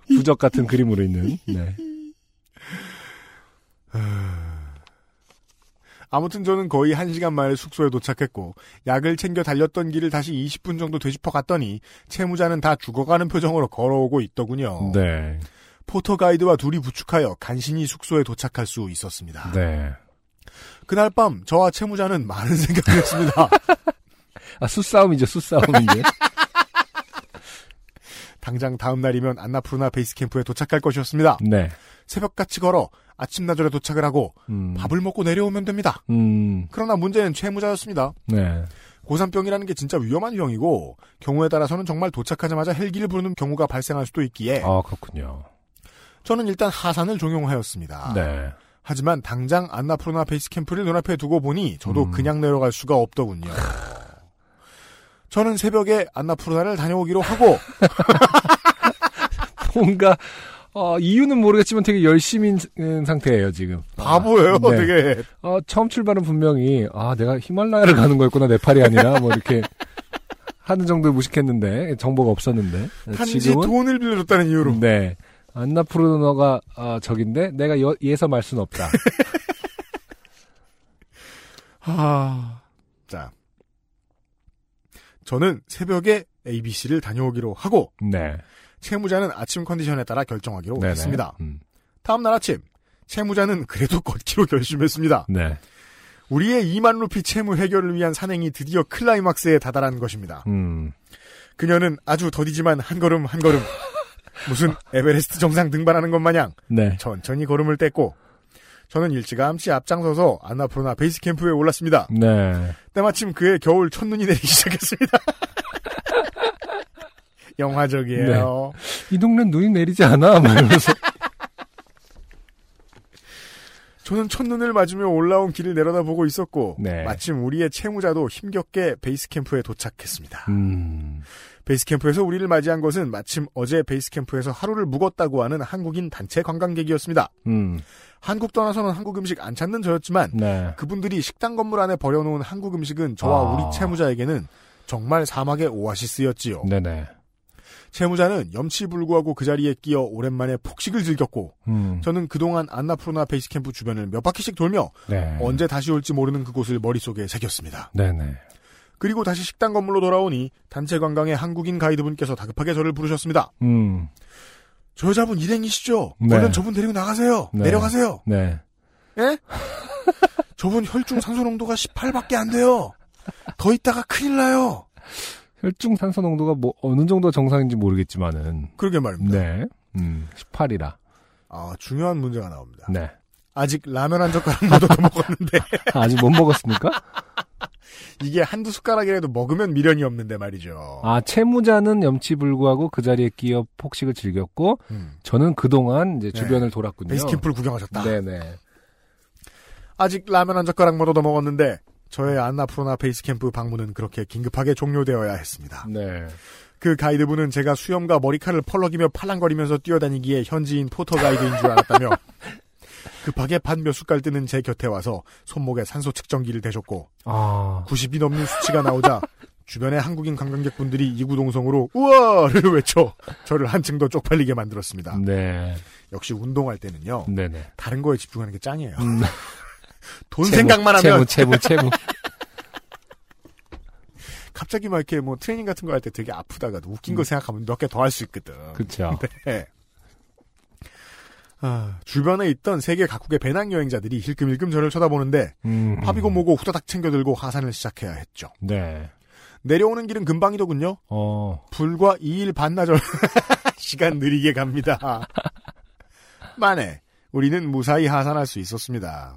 [SPEAKER 4] 부적 같은 그림으로 있는 네.
[SPEAKER 3] <laughs> 아무튼 저는 거의 한 시간 만에 숙소에 도착했고 약을 챙겨 달렸던 길을 다시 20분 정도 되짚어 갔더니 채무자는 다 죽어가는 표정으로 걸어오고 있더군요.
[SPEAKER 4] 네.
[SPEAKER 3] 포터 가이드와 둘이 부축하여 간신히 숙소에 도착할 수 있었습니다.
[SPEAKER 4] 네.
[SPEAKER 3] 그날 밤 저와 채무자는 많은 <laughs> 생각을 했습니다.
[SPEAKER 4] 아
[SPEAKER 3] <laughs>
[SPEAKER 4] 수싸움이죠 수싸움이죠.
[SPEAKER 3] 당장 다음 날이면 안나푸르나 베이스 캠프에 도착할 것이었습니다.
[SPEAKER 4] 네.
[SPEAKER 3] 새벽같이 걸어 아침 나절에 도착을 하고
[SPEAKER 4] 음.
[SPEAKER 3] 밥을 먹고 내려오면 됩니다.
[SPEAKER 4] 음.
[SPEAKER 3] 그러나 문제는 채무자였습니다.
[SPEAKER 4] 네.
[SPEAKER 3] 고산병이라는 게 진짜 위험한 병이고 경우에 따라서는 정말 도착하자마자 헬기를 부르는 경우가 발생할 수도 있기에
[SPEAKER 4] 아 그렇군요.
[SPEAKER 3] 저는 일단 하산을 종용하였습니다.
[SPEAKER 4] 네.
[SPEAKER 3] 하지만 당장 안나푸르나 베이스 캠프를 눈앞에 두고 보니 저도
[SPEAKER 4] 음.
[SPEAKER 3] 그냥 내려갈 수가 없더군요. 저는 새벽에 안나푸르나를 다녀오기로 하고
[SPEAKER 4] <laughs> 뭔가 어, 이유는 모르겠지만 되게 열심인 상태예요 지금.
[SPEAKER 3] 바보예요,
[SPEAKER 4] 네.
[SPEAKER 3] 되게.
[SPEAKER 4] 아, 처음 출발은 분명히 아 내가 히말라야를 가는 거였구나 네팔이 아니라 뭐 이렇게 <laughs> 하는 정도 무식했는데 정보가 없었는데 네,
[SPEAKER 3] 단지
[SPEAKER 4] 지금은
[SPEAKER 3] 돈을 빌려줬다는 이유로.
[SPEAKER 4] 네 안나푸르노가 아, 저긴데 내가 여- 예서 말
[SPEAKER 3] <laughs>
[SPEAKER 4] 수는 없다.
[SPEAKER 3] 하... 아. 자. 저는 새벽에 ABC를 다녀오기로 하고
[SPEAKER 4] 네.
[SPEAKER 3] 채무자는 아침 컨디션에 따라 결정하기로
[SPEAKER 4] 네네.
[SPEAKER 3] 했습니다.
[SPEAKER 4] 음.
[SPEAKER 3] 다음 날 아침 채무자는 그래도 걷기로 결심했습니다.
[SPEAKER 4] 네.
[SPEAKER 3] 우리의 2만 루피 채무 해결을 위한 산행이 드디어 클라이막스에 다다란 것입니다.
[SPEAKER 4] 음.
[SPEAKER 3] 그녀는 아주 더디지만 한 걸음 한
[SPEAKER 4] <laughs>
[SPEAKER 3] 걸음 무슨 에베레스트 정상 등반하는 것 마냥
[SPEAKER 4] 네.
[SPEAKER 3] 천천히 걸음을 뗐고 저는 일찌감치 앞장서서 안나프로나 베이스 캠프에 올랐습니다.
[SPEAKER 4] 네.
[SPEAKER 3] 때마침 그의 겨울 첫눈이 내리기 시작했습니다. <laughs> 영화적이에요.
[SPEAKER 4] 이 동네는 눈이 내리지 않아.
[SPEAKER 3] <laughs>
[SPEAKER 4] 막 이러면서.
[SPEAKER 3] 저는 첫눈을 맞으며 올라온 길을 내려다보고 있었고
[SPEAKER 4] 네.
[SPEAKER 3] 마침 우리의 채무자도 힘겹게 베이스 캠프에 도착했습니다.
[SPEAKER 4] 음.
[SPEAKER 3] 베이스 캠프에서 우리를 맞이한 것은 마침 어제 베이스 캠프에서 하루를 묵었다고 하는 한국인 단체 관광객이었습니다.
[SPEAKER 4] 음.
[SPEAKER 3] 한국 떠나서는 한국 음식 안 찾는 저였지만
[SPEAKER 4] 네.
[SPEAKER 3] 그분들이 식당 건물 안에 버려놓은 한국 음식은 저와
[SPEAKER 4] 아.
[SPEAKER 3] 우리 채무자에게는 정말 사막의 오아시스였지요.
[SPEAKER 4] 네네.
[SPEAKER 3] 채무자는 염치불구하고 그 자리에 끼어 오랜만에 폭식을 즐겼고
[SPEAKER 4] 음.
[SPEAKER 3] 저는 그동안 안나푸르나 베이스 캠프 주변을 몇 바퀴씩 돌며
[SPEAKER 4] 네.
[SPEAKER 3] 언제 다시 올지 모르는 그곳을 머릿속에 새겼습니다.
[SPEAKER 4] 네네.
[SPEAKER 3] 그리고 다시 식당 건물로 돌아오니 단체 관광의 한국인 가이드분께서 다급하게 저를 부르셨습니다.
[SPEAKER 4] 음.
[SPEAKER 3] 저 여자분 일행이시죠?
[SPEAKER 4] 네.
[SPEAKER 3] 얼른 저분 데리고 나가세요.
[SPEAKER 4] 네.
[SPEAKER 3] 내려가세요.
[SPEAKER 4] 네.
[SPEAKER 3] 예? <laughs> 저분 혈중 산소 농도가 18밖에 안 돼요. 더 있다가 큰일 나요.
[SPEAKER 4] 혈중 산소 농도가 뭐 어느 정도 정상인지 모르겠지만은.
[SPEAKER 3] 그러게 말입니다.
[SPEAKER 4] 네. 음. 18이라.
[SPEAKER 3] 아, 중요한 문제가 나옵니다.
[SPEAKER 4] 네.
[SPEAKER 3] 아직 라면 한 젓가락만 더 먹었는데 <laughs>
[SPEAKER 4] 아직 못 먹었습니까?
[SPEAKER 3] 이게 한두 숟가락이라도 먹으면 미련이 없는데 말이죠.
[SPEAKER 4] 아, 채무자는 염치불구하고 그 자리에 끼어 폭식을 즐겼고
[SPEAKER 3] 음.
[SPEAKER 4] 저는 그동안 이제
[SPEAKER 3] 네.
[SPEAKER 4] 주변을 돌았군요.
[SPEAKER 3] 베이스 캠프를 구경하셨다.
[SPEAKER 4] 네네.
[SPEAKER 3] 아직 라면 한 젓가락만 더 먹었는데 저의 안나프로나 베이스 캠프 방문은 그렇게 긴급하게 종료되어야 했습니다.
[SPEAKER 4] 네.
[SPEAKER 3] 그 가이드분은 제가 수염과 머리카락을 펄럭이며 팔랑거리면서 뛰어다니기에 현지인 포터 가이드인 줄 알았다며 급하게 판몇 숟갈 뜨는 제 곁에 와서 손목에 산소 측정기를 대셨고
[SPEAKER 4] 아.
[SPEAKER 3] 90이 넘는 수치가 나오자 주변의 한국인 관광객분들이 이구동성으로 우와를 외쳐 저를 한층 더 쪽팔리게 만들었습니다.
[SPEAKER 4] 네.
[SPEAKER 3] 역시 운동할 때는요
[SPEAKER 4] 네네.
[SPEAKER 3] 다른 거에 집중하는 게 짱이에요. <laughs> 돈
[SPEAKER 4] 채무,
[SPEAKER 3] 생각만 하면 네.
[SPEAKER 4] 채무,
[SPEAKER 3] <laughs>
[SPEAKER 4] 채무, 채무.
[SPEAKER 3] 갑자기 막 이렇게 뭐 트레이닝 같은 거 할 때 되게 아프다가 웃긴 거 생각하면 몇 개 더 할 수 있거든.
[SPEAKER 4] 그쵸.
[SPEAKER 3] 예. 아, 주변에 있던 세계 각국의 배낭 여행자들이 힐끔힐끔 저를 쳐다보는데
[SPEAKER 4] 음.
[SPEAKER 3] 밥이고 뭐고 후다닥 챙겨들고 하산을 시작해야 했죠.
[SPEAKER 4] 네.
[SPEAKER 3] 내려오는 길은 금방이더군요.
[SPEAKER 4] 어.
[SPEAKER 3] 불과 2일 반나절 <laughs> 시간 느리게 갑니다. 만에 우리는 무사히 하산할 수 있었습니다.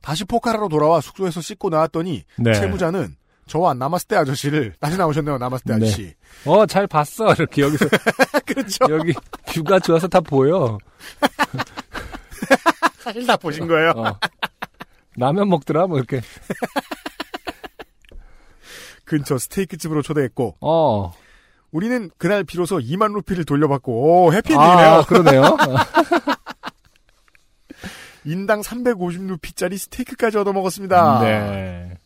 [SPEAKER 3] 다시 포카라로 돌아와 숙소에서 씻고 나왔더니
[SPEAKER 4] 네.
[SPEAKER 3] 채무자는 저와 나마스테 아저씨를 다시 나오셨네요. 나마스테
[SPEAKER 4] 네.
[SPEAKER 3] 아저씨.
[SPEAKER 4] 어, 잘 봤어. 이렇게 여기서,
[SPEAKER 3] <laughs> 그렇죠.
[SPEAKER 4] 여기 뷰가 좋아서 다 보여.
[SPEAKER 3] 사실 다 보신 거예요.
[SPEAKER 4] 어. 라면 먹더라, 뭐 이렇게.
[SPEAKER 3] 근처 스테이크 집으로 초대했고
[SPEAKER 4] 어.
[SPEAKER 3] 우리는 그날 비로소 2만 루피를 돌려받고 오 해피엔딩이네요.
[SPEAKER 4] 아, 그러네요.
[SPEAKER 3] <laughs>
[SPEAKER 4] 아,
[SPEAKER 3] 인당 350루피짜리 스테이크까지 얻어먹었습니다.
[SPEAKER 4] 네.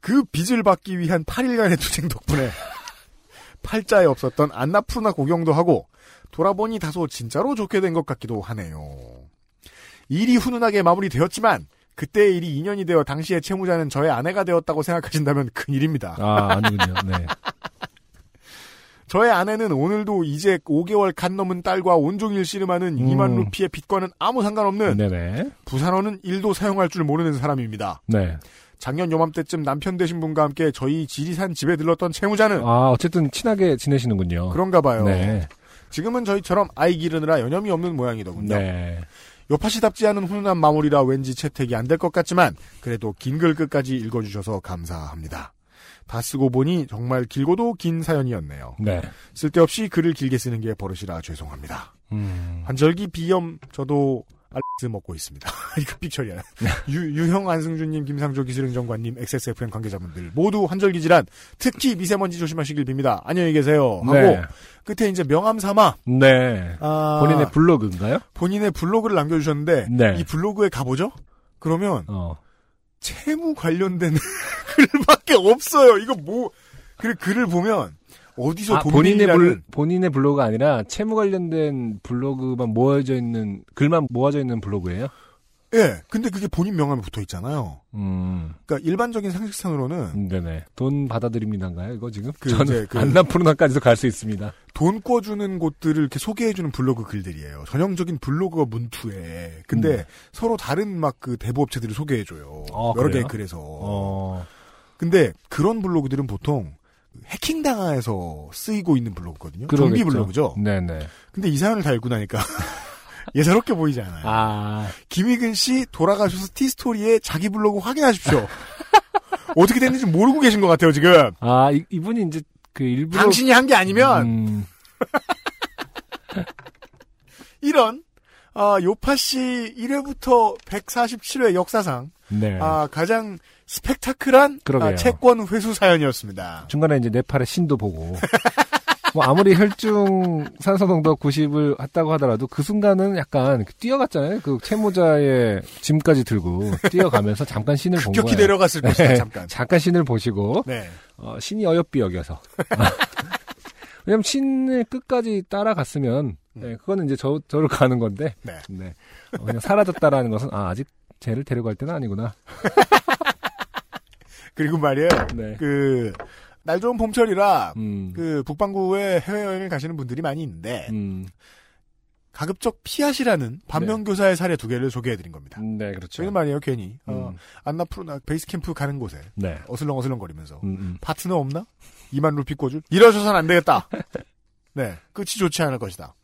[SPEAKER 3] 그 빚을 받기 위한 8일간의 투쟁
[SPEAKER 4] <laughs>
[SPEAKER 3] 덕분에 팔자에 없었던 안나푸르나 구경도 하고 돌아보니 다소 진짜로 좋게 된 것 같기도 하네요. 일이 훈훈하게 마무리되었지만 그때의 일이 인연이 되어 당시의 채무자는 저의 아내가 되었다고 생각하신다면 큰일입니다.
[SPEAKER 4] 아, 아니군요.
[SPEAKER 3] <laughs>
[SPEAKER 4] 네.
[SPEAKER 3] 저의 아내는 오늘도 이제 5개월 갓 넘은 딸과 온종일 씨름하는
[SPEAKER 4] 음.
[SPEAKER 3] 2만 루피의 빚과는 아무 상관없는
[SPEAKER 4] 네네.
[SPEAKER 3] 부산어는 1도 사용할 줄 모르는 사람입니다.
[SPEAKER 4] 네.
[SPEAKER 3] 작년 요맘때쯤 남편 되신 분과 함께 저희 지리산 집에 들렀던 채무자는
[SPEAKER 4] 아, 어쨌든 친하게 지내시는군요.
[SPEAKER 3] 그런가 봐요.
[SPEAKER 4] 네.
[SPEAKER 3] 지금은 저희처럼 아이 기르느라 여념이 없는 모양이더군요.
[SPEAKER 4] 네.
[SPEAKER 3] 요파시답지 않은 훈훈한 마무리라 왠지 채택이 안 될 것 같지만 그래도 긴 글 끝까지 읽어주셔서 감사합니다. 다 쓰고 보니 정말 길고도 긴 사연이었네요.
[SPEAKER 4] 네.
[SPEAKER 3] 쓸데없이 글을 길게 쓰는 게 버릇이라 죄송합니다.
[SPEAKER 4] 음.
[SPEAKER 3] 관절기 비염 저도 알스 먹고 있습니다. <laughs> 이거 삑처리야.
[SPEAKER 4] 네.
[SPEAKER 3] 유, 유형 안승준님, 김상조 기술행정관님, XSFM 관계자분들 모두 환절기 질환, 특히 미세먼지 조심하시길 빕니다. 안녕히 계세요. 어, 하고
[SPEAKER 4] 네.
[SPEAKER 3] 끝에 이제 명함 삼아
[SPEAKER 4] 네.
[SPEAKER 3] 아,
[SPEAKER 4] 본인의 블로그인가요?
[SPEAKER 3] 본인의 블로그를 남겨주셨는데
[SPEAKER 4] 네.
[SPEAKER 3] 이 블로그에 가보죠. 그러면
[SPEAKER 4] 어.
[SPEAKER 3] 채무 관련된 <laughs> 글밖에 없어요. 이거 뭐? 그래 글을 보면 어디서
[SPEAKER 4] 아, 본인의
[SPEAKER 3] 돈이라는
[SPEAKER 4] 블 본인의 블로그가 아니라 채무 관련된 블로그만 모아져 있는 글만 모아져 있는 블로그예요.
[SPEAKER 3] 예. 근데 그게 본인 명함에 붙어 있잖아요.
[SPEAKER 4] 음,
[SPEAKER 3] 그러니까 일반적인 상식선으로는
[SPEAKER 4] 네네. 돈 받아드립니다인가요? 이거 지금?
[SPEAKER 3] 그
[SPEAKER 4] 저는
[SPEAKER 3] 이제 그-
[SPEAKER 4] 안나푸르나까지도 갈 수 있습니다.
[SPEAKER 3] 돈 꿔주는 곳들을 이렇게 소개해주는 블로그 글들이에요. 전형적인 블로그가 문투에. 근데
[SPEAKER 4] 음.
[SPEAKER 3] 서로 다른 막 그 대부업체들을 소개해줘요.
[SPEAKER 4] 아,
[SPEAKER 3] 여러
[SPEAKER 4] 그래요?
[SPEAKER 3] 개의 글에서.
[SPEAKER 4] 어.
[SPEAKER 3] 근데 그런 블로그들은 보통 해킹당해서 쓰이고 있는 블로그거든요. 좀비
[SPEAKER 4] 그러겠죠.
[SPEAKER 3] 블로그죠. 음.
[SPEAKER 4] 네네.
[SPEAKER 3] 근데 이 사연을 다 읽고 나니까 <laughs> 예사롭게 보이지 않아요.
[SPEAKER 4] 아.
[SPEAKER 3] 김희근 씨 돌아가셔서 티스토리에 자기 블로그 <laughs> 확인하십시오. 어떻게 됐는지 모르고 계신 것 같아요, 지금.
[SPEAKER 4] 아, 이, 이분이 이제 그 일부러.
[SPEAKER 3] 당신이 한 게 아니면
[SPEAKER 4] 음,
[SPEAKER 3] 이런 아, 요파 씨 1회부터 147회 역사상
[SPEAKER 4] 네.
[SPEAKER 3] 아, 가장 스펙타클한
[SPEAKER 4] 그러게요.
[SPEAKER 3] 아, 채권 회수 사연이었습니다.
[SPEAKER 4] 중간에 이제 네팔의 신도 보고. 뭐 아무리 혈중 산소 농도 90을 했다고 하더라도 그 순간은 약간 뛰어갔잖아요. 그 채무자의 짐까지 들고 뛰어가면서 잠깐 신을 본
[SPEAKER 3] 급격히
[SPEAKER 4] 거예요.
[SPEAKER 3] 내려갔을 것이다,
[SPEAKER 4] 네.
[SPEAKER 3] 잠깐.
[SPEAKER 4] 잠깐 신을 보시고
[SPEAKER 3] 네.
[SPEAKER 4] 어, 신이 어여삐 여겨서. <laughs> 왜냐면 신을 끝까지 따라갔으면 네, 그거는 이제 저 저를 가는 건데.
[SPEAKER 3] 네.
[SPEAKER 4] 어, 그냥 사라졌다라는 것은 아, 아직 쟤를 데려갈 때는 아니구나.
[SPEAKER 3] 그리고 말이에요.
[SPEAKER 4] 네.
[SPEAKER 3] 그, 날 좋은 봄철이라,
[SPEAKER 4] 음.
[SPEAKER 3] 그, 북방구에 해외여행을 가시는 분들이 많이 있는데,
[SPEAKER 4] 음.
[SPEAKER 3] 가급적 피하시라는 반면교사의 사례 두 개를 소개해드린 겁니다.
[SPEAKER 4] 네, 그렇죠.
[SPEAKER 3] 저희는 말이에요, 괜히. 어,
[SPEAKER 4] 음.
[SPEAKER 3] 안나푸르나 베이스캠프 가는 곳에
[SPEAKER 4] 네.
[SPEAKER 3] 어슬렁어슬렁 거리면서,
[SPEAKER 4] 음, 음.
[SPEAKER 3] 파트너 없나? 2만 루피 꽂을? 이러셔선 안 되겠다. 네, 끝이 좋지 않을 것이다.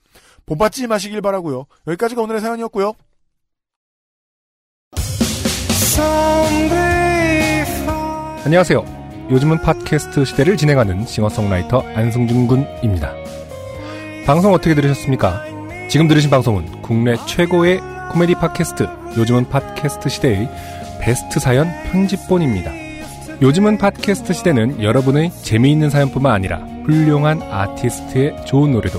[SPEAKER 3] 본받지 마시길 바라고요. 여기까지가 오늘의 사연이었고요.
[SPEAKER 4] 안녕하세요. 요즘은 팟캐스트 시대를 진행하는 싱어송라이터 안승준 군입니다. 방송 어떻게 들으셨습니까? 지금 들으신 방송은 국내 최고의 코미디 팟캐스트 요즘은 팟캐스트 시대의 베스트 사연 편집본입니다. 요즘은 팟캐스트 시대는 여러분의 재미있는 사연뿐만 아니라 훌륭한 아티스트의 좋은 노래도